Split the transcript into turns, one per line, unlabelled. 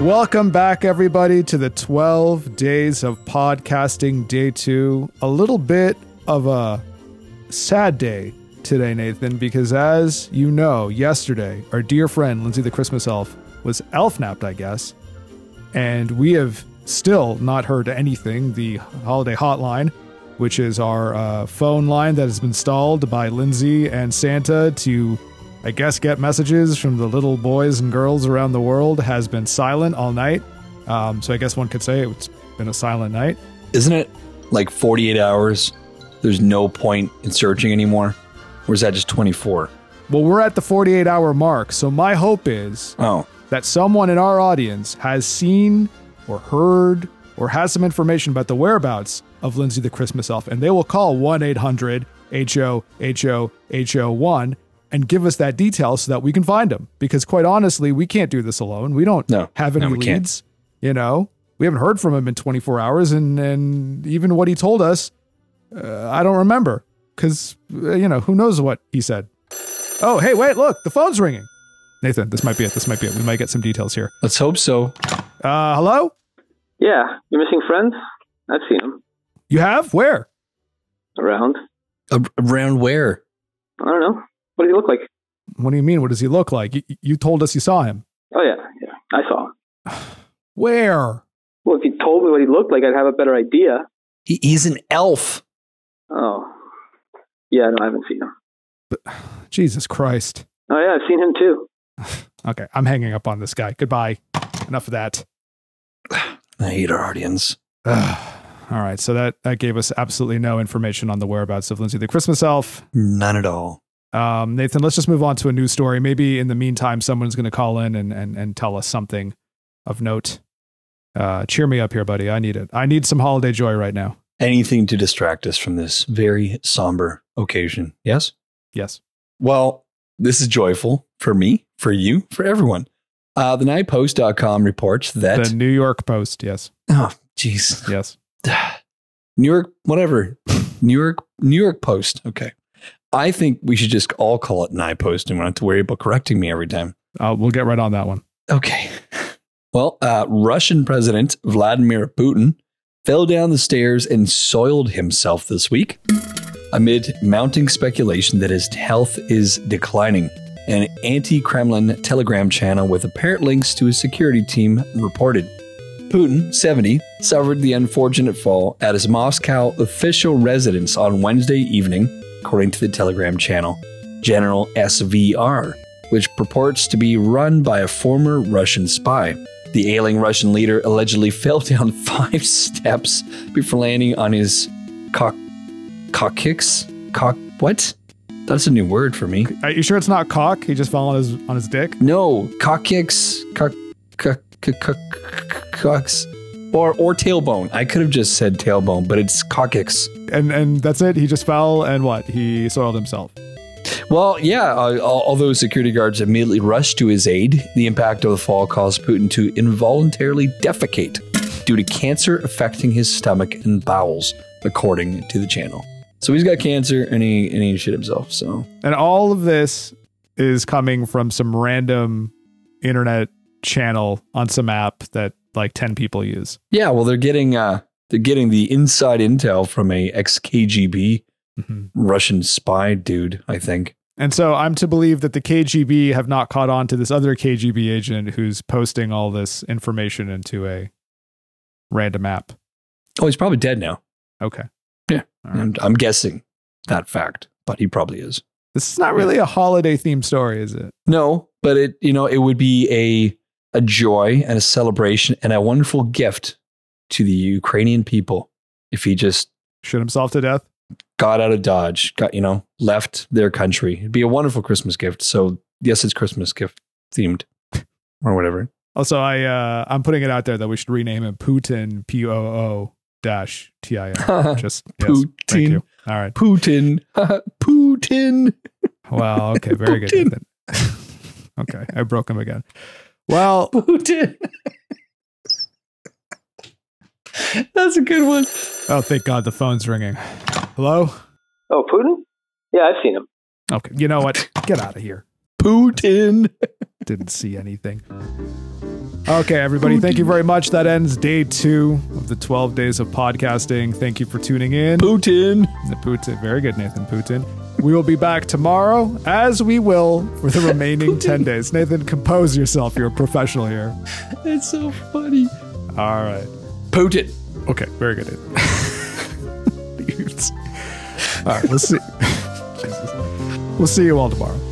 Welcome back, everybody, to the 12 days of podcasting, day two. A little bit of a sad day today, Nathan, because as you know, yesterday, our dear friend, Lindsay the Christmas Elf, was elf napped, I guess. And we have still not heard anything. The holiday hotline, which is our uh, phone line that has been stalled by Lindsay and Santa to, I guess, get messages from the little boys and girls around the world, has been silent all night. Um, so I guess one could say it's been a silent night.
Isn't it like 48 hours? There's no point in searching anymore? Or is that just 24?
Well, we're at the 48 hour mark. So my hope is
Oh,
that someone in our audience has seen or heard or has some information about the whereabouts of Lindsay the Christmas Elf, and they will call 1 800 HO HO HO 1 and give us that detail so that we can find him. Because quite honestly, we can't do this alone. We don't
No,
have any
no, we can't.
leads. You know, we haven't heard from him in 24 hours, and, and even what he told us, uh, I don't remember. Because, you know, who knows what he said. Oh, hey, wait, look, the phone's ringing. Nathan, this might be it. This might be it. We might get some details here.
let's hope so.
Uh, hello?
Yeah, you're missing friends? I've seen them
You have? Where?
around.
A- Around where?
I don't know. What does he look like?
What do you mean? What does he look like? You, you told us you saw him.
Oh, yeah, yeah, I saw him.
Where?
Well, if you told me what he looked like, I'd have a better idea.
He- he's an elf.
Oh. Yeah, no, I haven't seen him.
Jesus Christ.
Oh, yeah, I've seen him too.
Okay, I'm hanging up on this guy. Goodbye. Enough of that.
I hate our audience.
Ugh. All right, so that, that gave us absolutely no information on the whereabouts of Lindsay the Christmas Elf.
None at all.
Um, Nathan, let's just move on to a news story. Maybe in the meantime, someone's going to call in and, and, and tell us something of note. Uh, cheer me up here, buddy. I need it. I need some holiday joy right now.
Anything to distract us from this very somber occasion. Yes?
Yes.
Well, this is joyful for me, for you, for everyone. Uh, the nightpost.com reports that,
the New York Post. Yes.
oh, jeez.
Yes.
New York, whatever. New York, New York Post. Okay. I think we should just all call it an I post and we don't have to worry about correcting me every time.
Uh, we'll get right on that one.
Okay. Well, uh, Russian President Vladimir Putin fell down the stairs and soiled himself this week amid mounting speculation that his health is declining. An anti Kremlin Telegram channel with apparent links to his security team reported. Putin, 70, suffered the unfortunate fall at his Moscow official residence on Wednesday evening, according to the Telegram channel General SVR, which purports to be run by a former Russian spy. The ailing Russian leader allegedly fell down five steps before landing on his cock coccyx cock what? That's a new word for me.
Are you sure it's not cock? He just fell on his on his dick.
No, coccyx, cock, cock, cock, cock, cocks, or or tailbone. I could have just said tailbone, but it's coccyx.
And and that's it. He just fell and what? He soiled himself.
Well, yeah, uh, al- although security guards immediately rushed to his aid, the impact of the fall caused Putin to involuntarily defecate due to cancer affecting his stomach and bowels, according to the channel. So he's got cancer and he and he shit himself. So
And all of this is coming from some random internet channel on some app that like 10 people use.
yeah, well they're getting uh they're getting the inside intel from a ex KGB
Mm-hmm.
Russian spy dude, I think.
And so I'm to believe that the KGB have not caught on to this other KGB agent who's posting all this information into a random app.
Oh, he's probably dead now.
Okay.
Yeah.
All right.
I'm, I'm guessing that fact, but he probably is.
This is not really a holiday themed story, is it?
No, but it you know it would be a a joy and a celebration and a wonderful gift to the Ukrainian people if he just
Shoot himself to death?
got out of Dodge, got you know left their country. It'd be a wonderful Christmas gift. So yes, it's Christmas gift themed or whatever.
Also, I uh, I'm putting it out there that we should rename him Putin P O O dash T I N. Just yes, Thank
Putin.
you. All right.
Putin, Putin.
Well, okay, very good.
Putin.
Nathan. okay, I broke him again. Well,
Putin. That's a good one.
oh, thank God the phone's ringing. Hello.
Oh, Putin? Yeah, I've seen him.
Okay, you know what? Get out of here.
Putin.
Didn't see anything. Okay, everybody, thank you very much. That ends day two of the 12 days of podcasting. Thank you for tuning in.
Putin.
Putin. Very good, Nathan Putin. We will be back tomorrow, as we will for the remaining 10 days. Nathan, compose yourself. You're a professional here.
It's so funny.
All right.
Putin.
Okay, very good. All right, we'll see. Jesus. We'll see you all tomorrow.